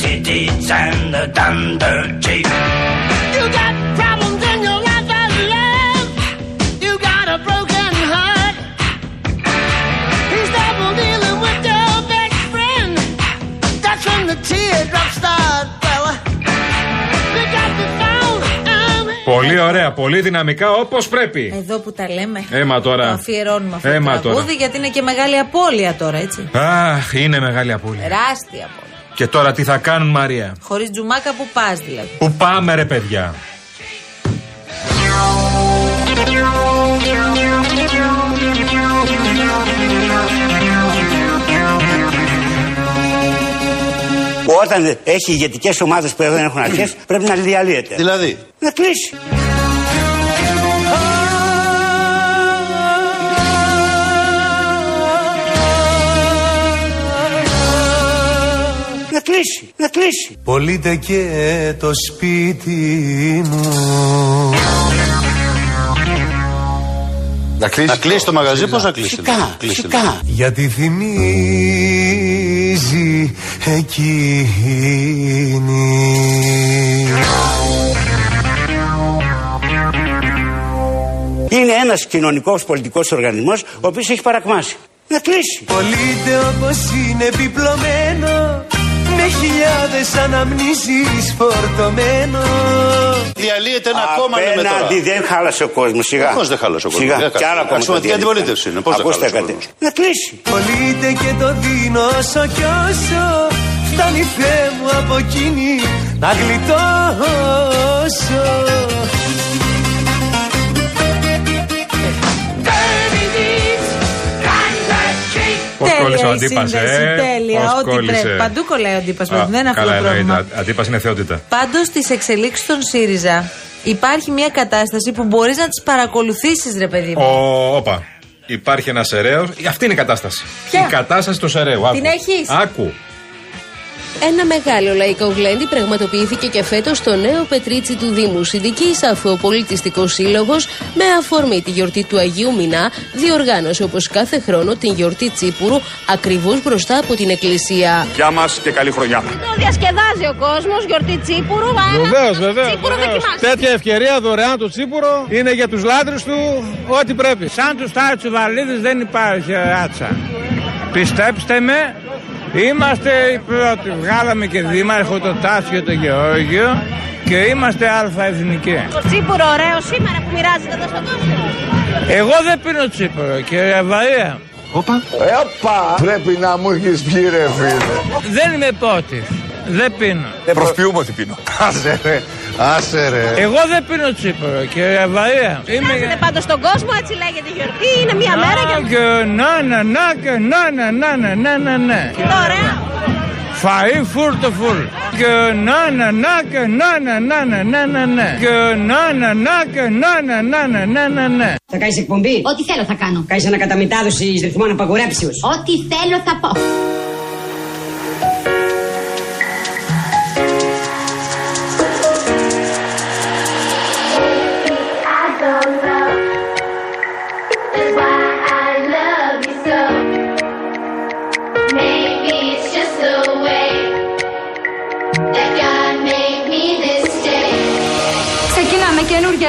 bullets and the thunder cheap. You got problems in your life and love. You got a broken heart. He's double dealing with your best friend. That's when the teardrops start, fella. Pick up the phone. I'm Πολύ ωραία, πολύ δυναμικά όπως πρέπει. Εδώ που τα λέμε. Έμα τώρα. Το αφιερώνουμε αυτό Έμα το τραγούδι τώρα. γιατί είναι και μεγάλη απώλεια τώρα, έτσι. Αχ, είναι μεγάλη απώλεια. Τεράστια απώλεια. Και τώρα τι θα κάνουν, Μαρία. Χωρίς τζουμάκα που πας δηλαδή. Πού πάμε, ρε παιδιά. Όταν έχει ηγετικές ομάδες που δεν έχουν αρχές, πρέπει να διαλύεται. Δηλαδή, Να κλείσει. Να κλείσει, να κλείσει. πωλείται και το σπίτι μου. Να κλείσει, το μαγαζί, πώς να κλείσει. Φυσικά, φυσικά. Γιατί θυμίζει εκείνη. Είναι ένας κοινωνικός πολιτικός οργανισμός ο οποίος έχει παρακμάσει. Να κλείσει. Πωλείται όπως είναι επιπλωμένο με χιλιάδες αναμνήσεις φορτωμένο. Διαλύεται ένα κόμμα είναι με τώρα. Απέναντι δεν χάλασε ο κόσμος, σιγά. Πώς δεν χάλασε ο κόσμος, Σιγά. δεν Και άλλα χάλασε. κόμματα Αξιωματική διαλύουν. αντιπολίτευση είναι, πώς δεν Ακούστε χάλασε ο κάτι. κόσμος. Να κλείσει. Πωλείται και το δίνω όσο κι όσο φτάνει Θεέ μου από εκείνη να γλιτώσω. Πώ Τέλεια κόλλησε ο η αντίπας. σύνδεση, Ε, Τέλεια, Πώς ό,τι κόλλησε. πρέπει. Παντού κολλάει ο αντίπας. Α, Δεν είναι αυτό καλά, το εννοείται. πρόβλημα. Α- Αντίπας είναι θεότητα. Πάντως στις εξελίξεις των ΣΥΡΙΖΑ υπάρχει μια κατάσταση που μπορείς να τις παρακολουθήσεις, ρε παιδί μου. Ο, όπα. Υπάρχει ένας σεραίο. Αυτή είναι η κατάσταση. Ποια? Η κατάσταση του σεραίου. Άκου. Την έχεις? Άκου. Ένα μεγάλο λαϊκό γλέντι πραγματοποιήθηκε και φέτος στο νέο Πετρίτσι του Δήμου Συνδικής, αφού ο Πολιτιστικό Σύλλογος, με αφορμή τη γιορτή του Αγίου Μηνά, διοργάνωσε όπως κάθε χρόνο την γιορτή Τσίπουρου ακριβώς μπροστά από την Εκκλησία. Γεια μας και καλή χρονιά. Το διασκεδάζει ο κόσμος, γιορτή Τσίπουρου. αλλά Βεβαίως, βεβαίως. Τσίπουρο δεν κοιμάσαι. Τέτοια ευκαιρία δωρεάν το τσίπουρο είναι για τους λάτρε του ό,τι πρέπει. Σαν τους τάτσου βαλίδε δεν υπάρχει άτσα. Πιστέψτε με, είμαστε οι πρώτοι. Βγάλαμε και δήμαρχο τον Τάσο και τον Γεώργιο και είμαστε αλφαεθνικοί. Το Τσίπουρο ωραίο σήμερα που μοιράζεται εδώ στον κόσμο. Εγώ δεν πίνω τσίπουρο, κύριε Βαρία. Ε, Επα! Πρέπει να μου έχεις πει ρε φίλε. Δεν είμαι πότης. Δεν πίνω. Προσποιούμε ότι πίνω. Άσε ρε. Άσε ρε. Εγώ δεν πίνω τσίπουρο, κύριε Βαρία. Μοιράζεται πάντως στον κόσμο, έτσι λέγεται η γιορτή. Είναι μια μέρα για να και να, να, να, και να, να, να, να, να, να, να. το ωραίο. Φαΐ φουλ το φουλ. Και να να να και να να να να να να να. Και να να να και να να να να να να να. Θα κάνεις εκπομπή. Ό,τι θέλω θα κάνω. Κάνει ανακαταμετάδοση ρυθμών απαγορέψεως. Ό,τι θέλω θα πω. Ξεκινάμε καινούργια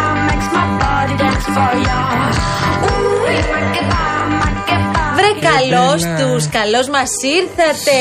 Makes my body dance for ya. Ούμα και πάμε, και πάμε. Βρε καλώ του, καλώ μα ήρθατε.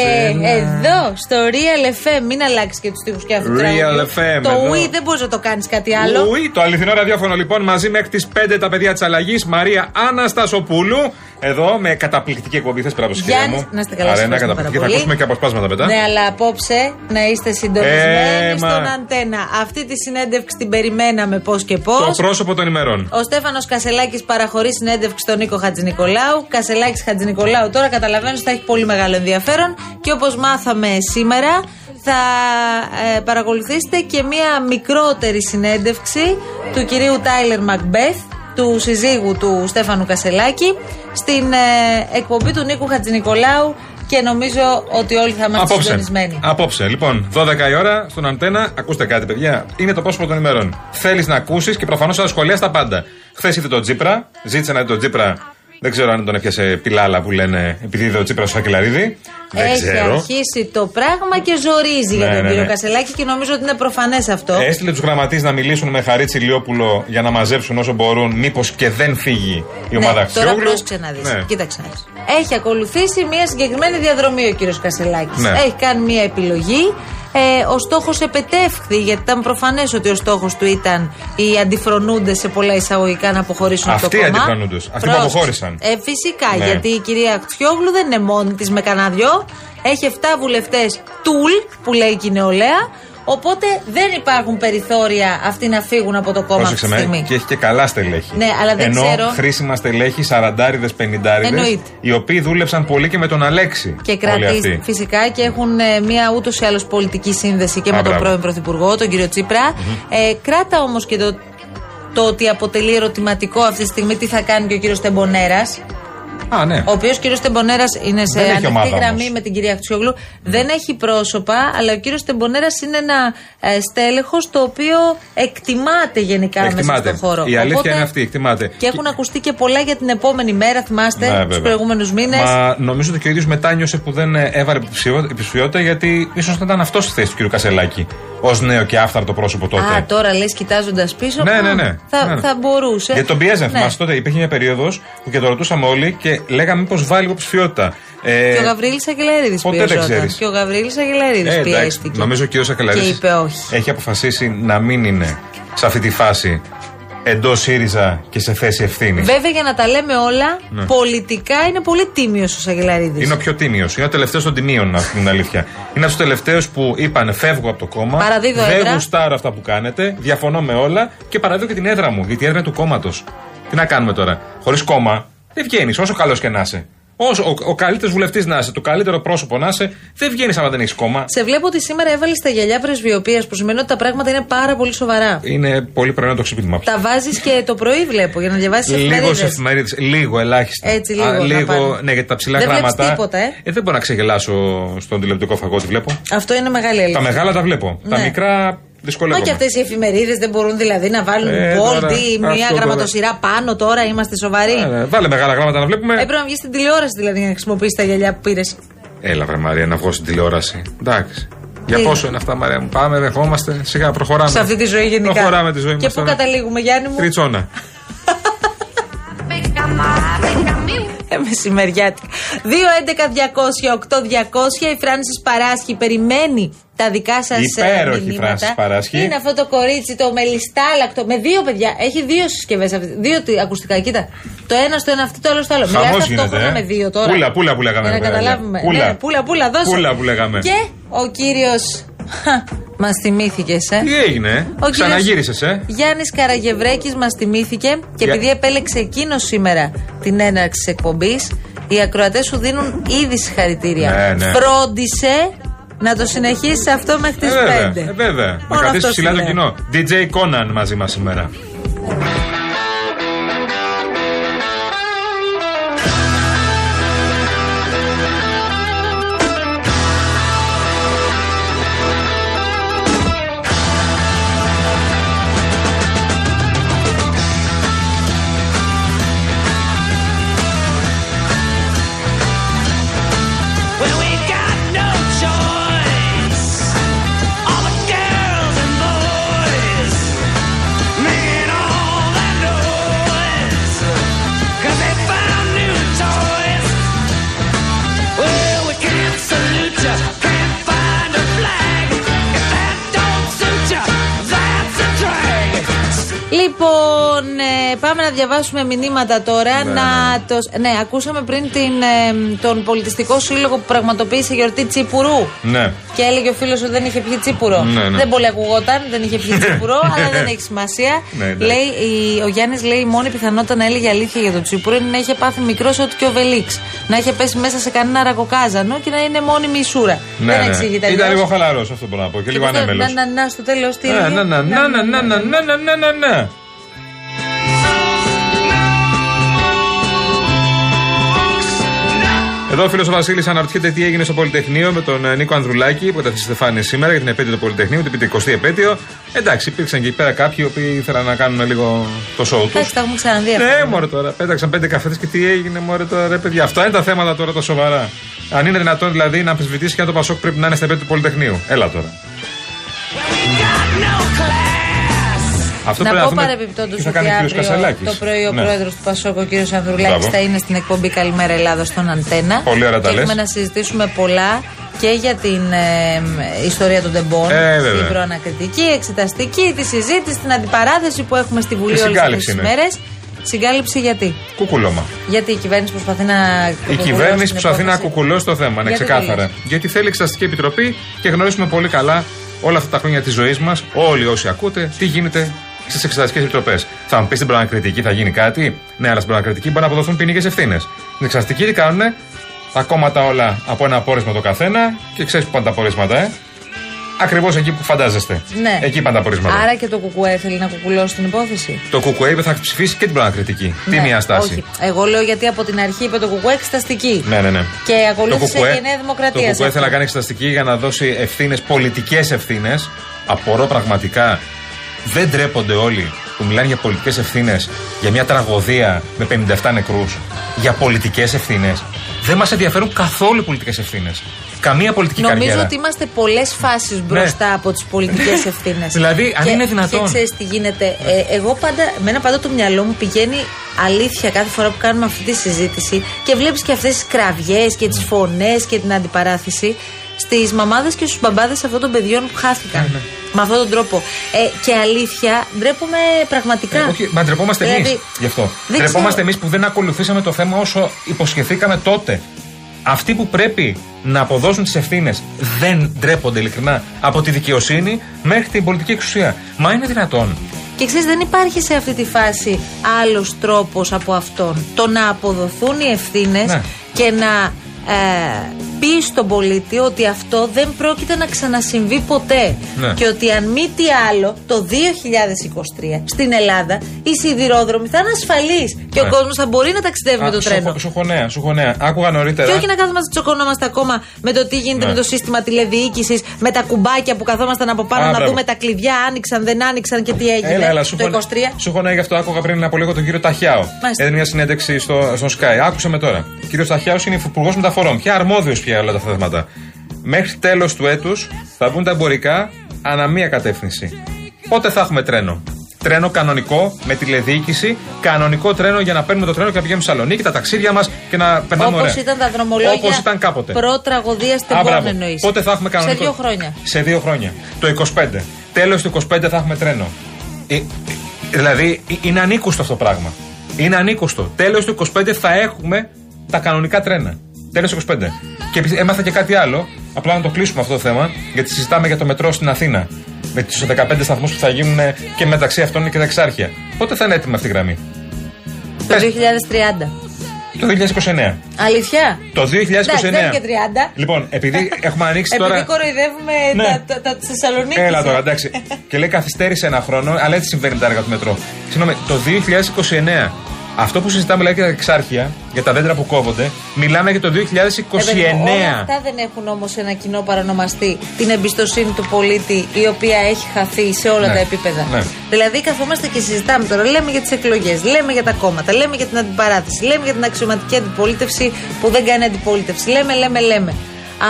Εδώ στο Real FM. Μην αλλάξεις και τους τείχου και αυτούς. του Real τραγουδιού. FM, Το εδώ. ουι δεν μπορείς να το κάνεις κάτι άλλο. Ουι, το αληθινό ραδιόφωνο λοιπόν μαζί μέχρι τι 5 τα παιδιά της αλλαγής. Μαρία Αναστασοπούλου. Εδώ με καταπληκτική εκπομπή. Θες πράγμα Γιάννη, να είστε καλά. σας Αρένα, ευχαριστούμε πάρα καταπληκτική. Θα πολύ. ακούσουμε και αποσπάσματα μετά. Ναι, αλλά απόψε να είστε συντονισμένοι Ε, μα. στον αντένα. Αυτή τη συνέντευξη την περιμέναμε πώς και πώς. Το πρόσωπο των ημερών. Ο Στέφανος Κασελάκης παραχωρεί συνέντευξη στον Νίκο Χατζηνικολάου. Κασελάκης Χατζηνικολάου τώρα καταλαβαίνω ότι θα έχει πολύ μεγάλο ενδιαφέρον. Και όπως μάθαμε σήμερα, θα ε, παρακολουθήσετε και μία μικρότερη συνέντευξη του κυρίου Τάιλερ Μακμπεθ, του συζύγου του Στέφανου Κασελάκη, στην ε, εκπομπή του Νίκου Χατζηνικολάου και νομίζω ότι όλοι θα είμαστε Απόψε. συντονισμένοι. Απόψε. Λοιπόν, 12 η ώρα στον αντένα. Ακούστε κάτι, παιδιά. Είναι το πρόσωπο των ημερών. Θέλεις να ακούσεις και προφανώς θα σχολιάσεις τα πάντα. Χθες είδε τον Τζίπρα. Ζήτησε να δει τον Τζίπρα. Δεν ξέρω αν τον έπιασε πιλάλα που λένε επειδή είδε ο Τζίπρα στο Σακελαρίδη. Δεν Έχει ξέρω. αρχίσει το πράγμα και ζορίζει για Ναι, τον ναι, Ε, κύριο ναι. Κασελάκη και νομίζω ότι είναι προφανές αυτό. Έστειλε τους γραμματείς να μιλήσουν με Χαρί Τσιλιόπουλο για να μαζέψουν όσο μπορούν, μήπως και δεν φύγει η ομάδα ναι, τώρα Αξιόγλου. πρόσεξε να δει. Ναι. Κοίταξε να δεις. Έχει ακολουθήσει μια συγκεκριμένη διαδρομή ο κύριος Κασελάκης. Ναι. Έχει κάνει μια επιλογή. Ε, ο στόχος επετεύχθη, γιατί ήταν προφανές ότι ο στόχος του ήταν οι αντιφρονούντες σε πολλά εισαγωγικά να αποχωρήσουν από το Αυτοί κόμμα. οι αντιφρονούντες, αυτοί που Πρόσεξε. αποχώρησαν. Ε, φυσικά, Ναι. γιατί η κυρία Αξιόγλου δεν είναι μόνη της με κανένα δυο. Έχει 7 βουλευτέ τουλ, που λέει και η νεολαία. Οπότε δεν υπάρχουν περιθώρια αυτοί να φύγουν από το κόμμα αυτή Πρόσεξε τη με, στιγμή. και έχει και καλά στελέχη. Ναι, αλλά δεν Ενώ ξέρω- χρήσιμα στελέχη, σαραντάριδες, πενηντάριδε, Εννοείται. οι οποίοι δούλεψαν πολύ και με τον Αλέξη. Και όλοι κρατήσει αυτοί. φυσικά και έχουν ε, μία ούτως ή άλλως πολιτική σύνδεση και Α, με τον μπράβο. πρώην Πρωθυπουργό, τον κύριο Τσίπρα. Ε, κράτα όμως και το, το ότι αποτελεί ερωτηματικό αυτή τη στιγμή τι θα κάνει και ο κύριος Τεμπονέρας. Α, ναι. Ο οποίος κύριος Τεμπονέρας είναι σε Δεν έχει ομάδα ανοιχτή όμως. γραμμή με την κυρία Αξιόγλου. Δεν έχει πρόσωπα, αλλά ο κύριος Τεμπονέρας είναι ένα ε, στέλεχος το οποίο εκτιμάται γενικά μέσα στον χώρο. Η αλήθεια Οπότε- είναι αυτή, εκτιμάται. Και έχουν ακουστεί και πολλά για την επόμενη μέρα, Ναι, θυμάστε, τους βέβαια. προηγούμενους μήνες. Μα νομίζω ότι και ο ίδιος μετάνιωσε που δεν ε, έβαλε υποψηφιο- υποψηφιότητα γιατί ίσως να ήταν αυτός στη θέση του κ. Κασελάκη. Ως νέο και άφθαρτο πρόσωπο τότε. Α, τώρα λες, κοιτάζοντας πίσω. Ναι, μ, ναι, ναι. Θα, Ναι, ναι. θα μπορούσε. Γιατί τον πιέζαν, Ναι. θυμάστε τότε. Υπήρχε μια περίοδος που και το ρωτούσαμε όλοι και λέγαμε μήπως βάλει υποψηφιότητα. Ε, Και ο Γαβρίλης Αγγελαρίδης ποτέ δεν πιέζονταν. ξέρεις. Και ο Γαβρίλης Αγγελαρίδης ε, εντάξει, πιέστηκε. νομίζω ο Ε, κ. Σακελαρίδη Και είπε όχι. έχει αποφασίσει να μην είναι σε αυτή τη φάση εντός ΣΥΡΙΖΑ και σε θέση ευθύνης. Βέβαια για να τα λέμε όλα, Ναι. πολιτικά είναι πολύ τίμιος ο Αγγελαρίδη. Είναι ο πιο τίμιος. Είναι ο τελευταίος των τιμίων, να πούμε την αλήθεια. Είναι από τους τελευταίους που είπαν φεύγω από το κόμμα. Παραδίδω δεν έδρα. γουστάρω αυτά που κάνετε. Διαφωνώ με όλα και παραδίδω και την έδρα μου. Γιατί η έδρα είναι του κόμματος. Τι να κάνουμε τώρα. Χωρίς κόμμα δεν βγαίνεις, όσο καλός και να είσαι. Όσο, ο ο καλύτερος βουλευτής να είσαι, το καλύτερο πρόσωπο να είσαι, δεν βγαίνεις άμα δεν έχεις κόμμα. Σε βλέπω ότι σήμερα έβαλες τα γυαλιά πρεσβειοποίησης που σημαίνει ότι τα πράγματα είναι πάρα πολύ σοβαρά. Είναι πολύ πρωινό το ξύπνημα. Τα βάζεις και το πρωί, βλέπω, για να διαβάσεις Λίγο σε εφημερίδες. εφημερίδε. Λίγο, ελάχιστα. Έτσι, λίγο να πάρουν. ναι, γιατί τα ψηλά Δεν βλέπεις γράμματα. τίποτα, ε. δεν μπορώ να ξεγελάσω στον τηλεοπτικό φαγό, τι βλέπω. Αυτό είναι μεγάλη αλήθεια. Τα μεγάλα τα βλέπω. Τα Ναι. μικρά δυσκολεύομαι. Όχι αυτές οι εφημερίδες δεν μπορούν δηλαδή να βάλουν Ε, bold τώρα, ή αυτό μια τώρα. γραμματοσυρά πάνω τώρα, είμαστε σοβαροί. Ε, ναι, βάλε μεγάλα γράμματα να βλέπουμε. Έπρεπε Ε, να βγεις στην τηλεόραση δηλαδή για να χρησιμοποιήσεις τα γυαλιά που πήρες. Έλα, βρε Μαρία, να βγω στην τηλεόραση. Εντάξει. Για Τι. πόσο είναι αυτά, Μαρία μου. Πάμε, δεχόμαστε. Σιγά, προχωράμε. Σε αυτή τη ζωή γενικά. Προχωράμε τη ζωή Και μας πού τώρα. καταλήγουμε, Γιάννη μου. Κριτσόνα. Ε, Μεσημεριάτικα. 2.11.200.8.200 η Φράνσις Παράσχη περιμένει τα δικά σας Υπέροχη μηνύματα. Φράνσις Παράσχη. Είναι αυτό το κορίτσι, το μελιστάλακτο. Με δύο παιδιά. Έχει δύο συσκευές. Δύο τι- ακουστικά, κοίτα. Το ένα στο ένα αυτή, το άλλο στο άλλο. Χαμός Μιλάς γίνεται, ταυτόχρονα ε. με δύο τώρα. Πούλα, πούλα που λέγαμε, Για να παιδιά. καταλάβουμε. Πούλα. Ναι, πούλα, πούλα, δώσε. Πούλα που λέγαμε. Και ο κύριος. Μας θυμήθηκες, ε. Τι έγινε, ε? Ο Ξαναγύρισες, ε? Γιάννης Καραγευρέκης μας θυμήθηκε και Για- επειδή επέλεξε εκείνος σήμερα την έναρξη της εκπομπής, οι ακροατές σου δίνουν ήδη συγχαρητήρια. Ναι, ναι. Φρόντισε να το συνεχίσεις αυτό μέχρι τις Ε, βέβαια. 5. Ε, βέβαια. Να Μόνο κρατήσεις αυτό ψηλά σου το λέω. κοινό. DJ Conan μαζί μας σήμερα. Well, we got no choice. All the girls and boys making all that Λοιπόν, ε, πάμε να διαβάσουμε μηνύματα τώρα. Ναι, να το- ναι, ακούσαμε πριν την, ε, τον πολιτιστικό σύλλογο που πραγματοποίησε γιορτή Τσίπουρου. Ναι. Και έλεγε ο φίλος ότι δεν είχε πιει τσίπουρο. Ναι, ναι. Δεν πολύ ακουγόταν, δεν είχε πιει τσίπουρο, αλλά δεν έχει σημασία. Ναι, ναι. Λέει, η- ο Γιάννης λέει: Η μόνη πιθανότητα να έλεγε αλήθεια για το τσίπουρο είναι να είχε πάθει μικρός ό,τι και ο Βελίξ. Να είχε πέσει μέσα σε κανένα ρακοκάζανο και να είναι μόνιμη η σούρα. Ναι, δεν ναι. εξηγείται Ήταν αλλιώς. λίγο χαλαρός αυτό μπορώ να πω και λίγο Και αυτό, ανέμελος. Να, να, να, στο τέλος τι. Ναι, έλεγε? ναι, ναι, ναι, ναι, ναι, ναι, ναι, ναι, ναι, ναι. Εδώ ο φίλος ο Βασίλης αναρωτιέται τι έγινε στο Πολυτεχνείο με τον ε, Νίκο Ανδρουλάκη που καταθέσει στη Στεφάνη σήμερα για την επέτειο του Πολυτεχνείου, την 50η επέτειο. Εντάξει, υπήρξαν και εκεί πέρα κάποιοι οι οποίοι ήθελαν να κάνουν λίγο το σοου τους. Εντάξει, τα έχουμε ξαναδεί αυτά. Ναι, μωρέ τώρα. Πέταξαν πέντε καφέδε και τι έγινε, μωρέ τώρα, ρε παιδιά. Αυτά είναι τα θέματα τώρα τα σοβαρά. Αν είναι δυνατόν δηλαδή να αμφισβητήσει και αν το Πασόκ πρέπει να είναι στα επέτειο του Πολυτεχνείου. Έλα τώρα. Αυτό να πρέπει να πω δούμε παρεμπιπτόντως τι ότι θα κάνει ο κύριος αύριο Κασελάκης. το πρωί ο Ναι. πρόεδρος του Πασόκ, ο κύριο Ανδρουλάκης, Μπράβο. θα είναι στην εκπομπή Καλημέρα Ελλάδα στον Αντένα. Πολύ ωραία τα Και Έχουμε λες. να συζητήσουμε πολλά και για την ε, ε, ιστορία των τεμπών. Ε, βέβαια. την προανακριτική, εξεταστική, τη συζήτηση, την αντιπαράθεση που έχουμε στη Η Βουλή Ε, όλες αυτές συγκάλυψη τις είναι. μέρες. Συγκάλυψη γιατί. Κουκουλώμα. Γιατί η κυβέρνηση προσπαθεί να. Η κουκουλώσει κυβέρνηση την προσπαθεί να υπόθεση. κουκουλώσει το θέμα, είναι Γιατί το ξεκάθαρα. λες? Γιατί θέλει εξεταστική επιτροπή και γνωρίζουμε πολύ καλά όλα αυτά τα χρόνια της ζωής μας, όλοι όσοι ακούτε, τι γίνεται στις εξεταστικές επιτροπές. Θα μου πεις στην προανακριτική θα γίνει κάτι. Ναι, αλλά στην προανακριτική μπορεί να αποδοθούν ποινικές ευθύνες. Στην εξεταστική τι κάνουν, τα κόμματα όλα από ένα πόρισμα το καθένα και ξέρεις που πάνε τα πορίσματα, ε. Ακριβώς εκεί που φαντάζεστε. Ναι. Εκεί πάνε τα πορίσματα. Άρα και το κουκουέ θέλει να κουκουλώσει την υπόθεση. Το ΚΚΕ είπε θα ψηφίσει και την προανακριτική. Τι Ναι, μία στάση. όχι. Εγώ λέω γιατί από την αρχή είπε το κουκουέ εξεταστική. Ναι, ναι, ναι. Και ακολούθησε Το ΚΚΕ- και η Νέα Δημοκρατία. Το σε ΚΚΕ αυτό. θέλει να κάνει εξεταστική για να δώσει ευθύνες, πολιτικές ευθύνες. Απορώ πραγματικά. Δεν τρέπονται όλοι που μιλάνε για πολιτικές ευθύνες για μια τραγωδία με 57 νεκρούς. Για πολιτικές ευθύνες. Δεν μας ενδιαφέρουν καθόλου πολιτικές ευθύνες. Καμία πολιτική Νομίζω καριέρα. Ναι. ότι είμαστε πολλές φάσεις μπροστά από τις πολιτικές ευθύνες. Δηλαδή, αν είναι δυνατόν. Και ξέρεις τι γίνεται. Ε, εγώ πάντα, μένα πάντα το μυαλό μου πηγαίνει αλήθεια κάθε φορά που κάνουμε αυτή τη συζήτηση και βλέπεις και αυτές τις κραυγές και τις φωνές και την αντιπαράθεση στις μαμάδες και στους μπαμπάδες αυτών των παιδιών που Ναι, χάθηκαν. Με αυτόν τον τρόπο. Ε, και αλήθεια, ντρέπομαι πραγματικά. Ε, όχι, μα ντρεπόμαστε Δηλαδή, εμείς γι' αυτό. δεν Ντρεπόμαστε ξέρω. εμείς που δεν ακολουθήσαμε το θέμα όσο υποσχεθήκαμε τότε. Αυτοί που πρέπει να αποδώσουν τις ευθύνες δεν ντρέπονται ειλικρινά από τη δικαιοσύνη μέχρι την πολιτική εξουσία. Μα είναι δυνατόν. Και ξέρεις, δεν υπάρχει σε αυτή τη φάση άλλος τρόπος από αυτόν. Το να αποδοθούν οι ευθύνες Ναι. και να ε, πει στον πολίτη ότι αυτό δεν πρόκειται να ξανασυμβεί ποτέ. Ναι. Και ότι αν μη τι άλλο, το 2023 στην Ελλάδα οι σιδηρόδρομοι θα είναι ασφαλείς και Ναι. ο κόσμος θα μπορεί να ταξιδεύει με το τρένο. Σου χωνέα, σου χωνέα. Άκουγα Και νωρίτερα. όχι να κάθομαστε να τσοκωνόμαστε ακόμα με το τι γίνεται Ναι. με το σύστημα τηλεδιοίκησης, με τα κουμπάκια που καθόμασταν από πάνω Α, να μπράβο. δούμε τα κλειδιά άνοιξαν, δεν άνοιξαν και τι έγινε Έλα, έλα, σου το 23. χωνέ- Σου χωνέα γι' αυτό άκουγα πριν από λίγο τον κύριο Ταχιάο. Μάλιστα. Έδινε μια συνέντευξη στο, στον Sky. Άκουσα με τώρα. Ο κύριος Ταχιάος είναι υφυπουργός μεταφορών. Πια αρμόδιος πια για όλα τα θέματα. Μέχρι τέλος του έτους θα βγουν τα εμπορικά ανά μία κατεύθυνση. Πότε θα έχουμε τρένο. Τρένο κανονικό, με τηλεδιοίκηση, κανονικό τρένο για να παίρνουμε το τρένο και να πηγαίνουμε στη Σαλονίκη, τα ταξίδια μας και να περνάμε Όπως ωραία. ήταν τα δρομολόγια. Ναι, Όπως ήταν κάποτε. Προ-τραγωδία στην Α, μπράβο. εννοείς. Πότε θα έχουμε κανονικό. Σε δύο χρόνια. Σε δύο χρόνια. Το 25. Τέλος του 25 θα έχουμε τρένο. Ε, ε, δηλαδή ε, είναι ανίκουστο αυτό το πράγμα. Είναι ανίκουστο. Τέλος του 25 θα έχουμε τα κανονικά τρένα. Τέλος του 25. Και επι- έμαθα και κάτι άλλο. Απλά να το κλείσουμε αυτό το θέμα. Γιατί συζητάμε για το μετρό στην Αθήνα. Με τους 15 σταθμούς που θα γίνουν και μεταξύ αυτών και τα εξάρχεια. Πότε θα είναι έτοιμη αυτή η γραμμή. Το 2030. Το 2029. Αλήθεια. Το 2029. Εντάξει, δεν είναι και 30. Λοιπόν, επειδή έχουμε ανοίξει τώρα. Επειδή κοροϊδεύουμε Ναι. τα, τα, τα, τη Θεσσαλονίκη. Έλα τώρα, εντάξει. και λέει καθυστέρησε ένα χρόνο, αλλά έτσι συμβαίνει με τα έργα του μετρό. Συγγνώμη, το 2029. Αυτό που συζητάμε λέει για τα εξάρχεια, για τα δέντρα που κόβονται, μιλάμε για το 2029. Ε, παιδί μου, Όλα αυτά δεν έχουν όμως ένα κοινό παρανομαστή. Την εμπιστοσύνη του πολίτη, η οποία έχει χαθεί σε όλα Ναι. τα επίπεδα. Ναι. Δηλαδή, καθόμαστε και συζητάμε τώρα. Λέμε για τις εκλογές, λέμε για τα κόμματα, λέμε για την αντιπαράθεση, λέμε για την αξιωματική αντιπολίτευση που δεν κάνει αντιπολίτευση. Λέμε, λέμε, λέμε.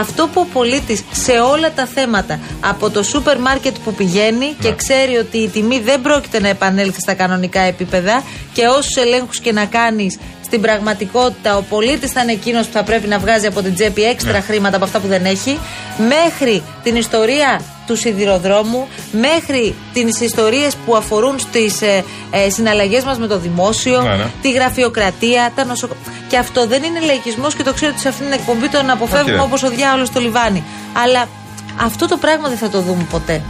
Αυτό που ο πολίτης σε όλα τα θέματα, από το σούπερ μάρκετ που πηγαίνει Ναι. και ξέρει ότι η τιμή δεν πρόκειται να επανέλθει στα κανονικά επίπεδα και όσους ελέγχους και να κάνεις στην πραγματικότητα ο πολίτης θα είναι εκείνος που θα πρέπει να βγάζει από την τσέπη έξτρα Ναι. χρήματα από αυτά που δεν έχει, μέχρι την ιστορία του σιδηροδρόμου, μέχρι τις ιστορίες που αφορούν στις ε, ε, συναλλαγές μας με το δημόσιο, Ναι, ναι. τη γραφειοκρατία, τα νοσοκομεία. Και αυτό δεν είναι λαϊκισμός και το ξέρω ότι σε αυτήν την εκπομπή τον αποφεύγουμε κύριε. όπως ο διάολος το λιβάνι. Αλλά αυτό το πράγμα δεν θα το δούμε ποτέ.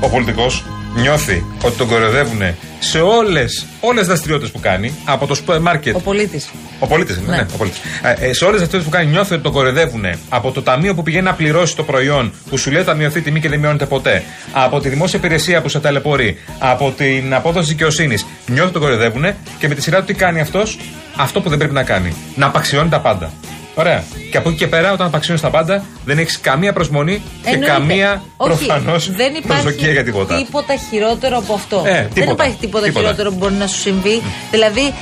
Ο πολιτικός νιώθει ότι τον κοροϊδεύουν σε όλες όλες τις δραστηριότητες που κάνει, από το σούπερ μάρκετ. Ο πολίτης. Ο πολίτης, ναι, ναι, ο πολίτης. Ε, ε, σε όλες τις δραστηριότητες που κάνει, νιώθει ότι τον κοροϊδεύουν από το ταμείο που πηγαίνει να πληρώσει το προϊόν, που σου λέει ότι θα μειωθεί η τιμή και δεν μειώνεται ποτέ. Από τη δημόσια υπηρεσία που σε ταλαιπωρεί. Από την απόδοση δικαιοσύνης. Νιώθει ότι τον κοροϊδεύουν και με τη σειρά του τι κάνει αυτός, αυτό που δεν πρέπει να κάνει. Να απαξιώνει τα πάντα. Ωραία. Και από εκεί και πέρα, όταν απαξιώνει τα πάντα, δεν έχεις καμία προσμονή και Εννοείται. καμία Όχι, προφανώς δεν υπάρχει προσδοκία για τίποτα. χειρότερο από αυτό. Ε, δεν τίποτα. υπάρχει τίποτα, Τίποτα. χειρότερο που μπορεί να σου συμβεί. Δηλαδή,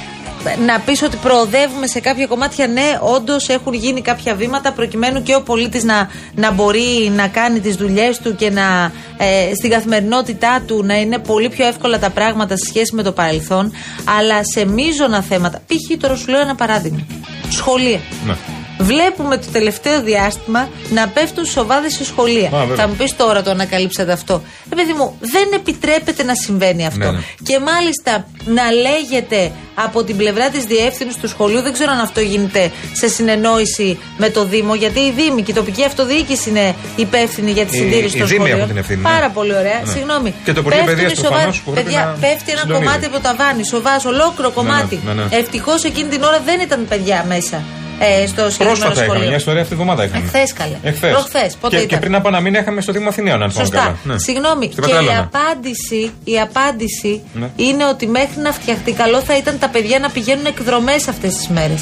να πεις ότι προοδεύουμε σε κάποια κομμάτια, ναι, όντως έχουν γίνει κάποια βήματα προκειμένου και ο πολίτης να, να μπορεί να κάνει τις δουλειές του και να ε, στην καθημερινότητά του να είναι πολύ πιο εύκολα τα πράγματα σε σχέση με το παρελθόν. Αλλά σε μείζωνα θέματα. Π.χ. τώρα σου λέω ένα παράδειγμα. Σχολεία. Ναι. Βλέπουμε το τελευταίο διάστημα να πέφτουν σοβάδες σε σχολεία. Α, βέβαια. Θα μου πεις τώρα το ανακαλύψατε αυτό. Ρε παιδί μου, δεν επιτρέπεται να συμβαίνει αυτό. Ναι, ναι. Και μάλιστα να λέγεται από την πλευρά της διεύθυνσης του σχολείου, δεν ξέρω αν αυτό γίνεται σε συνεννόηση με το Δήμο, γιατί η Δήμη και η τοπική αυτοδιοίκηση είναι υπεύθυνη για τη Η- συντήρηση οι των Δήμοι σχολείων. έχουν την ευθύνη, ναι. Πάρα πολύ ωραία. Ναι. Συγγνώμη. Και το Υπουργείο Πέφτουνε Παιδείας σοβα- προφανώς, που πρέπει Παιδιά, να πέφτει ένα συντονίζει. κομμάτι από το ταβάνι, σοβάς, ολόκληρο κομμάτι. ναι, ναι. Ευτυχώς εκείνη την ώρα δεν ήταν παιδιά μέσα ε, στο συγκεκριμένο Πρόσφατα είχαμε μια σχολείο. ιστορία αυτή τη βδομάδα. Είχαμε. Εχθές καλέ. Εχθές. Προχθές, πότε και, ήταν. και πριν από ένα μήνα είχαμε στο Δήμο Αθηναίων, αν θυμάμαι Σωστά. καλά. Ναι. Συγγνώμη. Στην Και η Πετρέλανα. απάντηση, η απάντηση Ναι. είναι ότι μέχρι να φτιαχτεί καλό θα ήταν τα παιδιά να πηγαίνουν εκδρομές αυτές τις μέρες.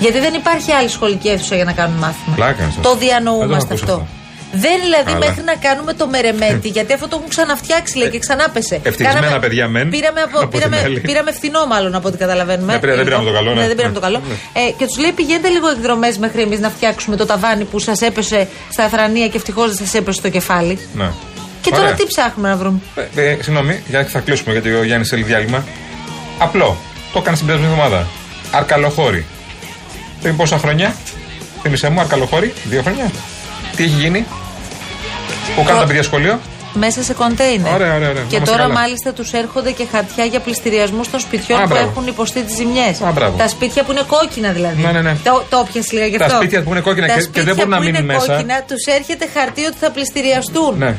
Γιατί δεν υπάρχει άλλη σχολική αίθουσα για να κάνουν μάθημα. Πλάκα είναι αυτό. Το Δεν διανοούμαστε το έχω ακούσει αυτό. Δεν δηλαδή Αλλά. Hm. Ε, μέχρι να κάνουμε το μερεμέτι, γιατί αυτό το έχουν ξαναφτιάξει λέει και ξανάπεσε. ευτυχισμένα Κάναμε- παιδιά μεν, Πήραμε, από, από την πήραμε, άλλη. πήραμε φθηνό μάλλον από ό,τι καταλαβαίνουμε. Ε, Ναι, πήρα- δεν πήραμε το καλό, ναι. δεν πήραμε το καλό. Ναι. Ε, και τους λέει πηγαίνετε λίγο εκδρομές μέχρι εμείς να φτιάξουμε το ταβάνι που σας έπεσε στα θρανία και ευτυχώς δεν σας έπεσε στο κεφάλι. Ναι. Και Ωραία. τώρα τι ψάχνουμε να βρούμε. Ε, ε, συγγνώμη, για θα κλείσουμε γιατί ο Γιάννης θέλει διάλειμμα. Απλό. Το έκανε στην περασμένη εβδομάδα. Αρκαλοχώρη. Πριν πόσα χρόνια. Θύμησέ μου, Αρκαλοχώρη. Δύο χρόνια. Τι έχει γίνει. Που κάνουν τα παιδιά σχολείο. Μέσα σε κοντέινερ. Ωραία, ωραία, ωραία. Να Και είμαστε τώρα καλά. μάλιστα τους έρχονται και χαρτιά για πληστηριασμούς των σπιτιών Α, που μπράβο. έχουν υποστεί τις ζημιές. Α, μπράβο. Τα σπίτια που είναι κόκκινα δηλαδή. Ναι, ναι, ναι. Το, το πιασε λίγα γι' Τα αυτό. σπίτια που είναι κόκκινα Τα και- και δεν σπίτια μπορούν να που είναι μείνουν μέσα. κόκκινα τους έρχεται χαρτί ότι θα πληστηριαστούν. Ναι. Δεν,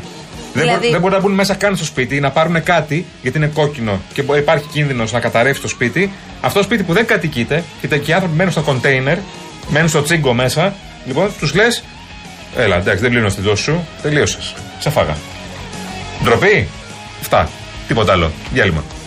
Δηλαδή- μπο- δεν μπορούν να μπουν μέσα καν στο σπίτι, να πάρουν κάτι γιατί είναι κόκκινο και μπο- υπάρχει κίνδυνος να καταρρεύσει το σπίτι. Αυτό το σπίτι που δεν κατοικείται, και τα- και οι άνθρωποι μένουν στα κοντέινερ, μένουν στο τσίγκο μέσα, λοιπόν, τους λες: Έλα, εντάξει, δεν πλήρωνε την δόση σου, τελείωσες. Σε φάγα. Ντροπή. Αυτά. Τίποτα άλλο. Διάλειμμα.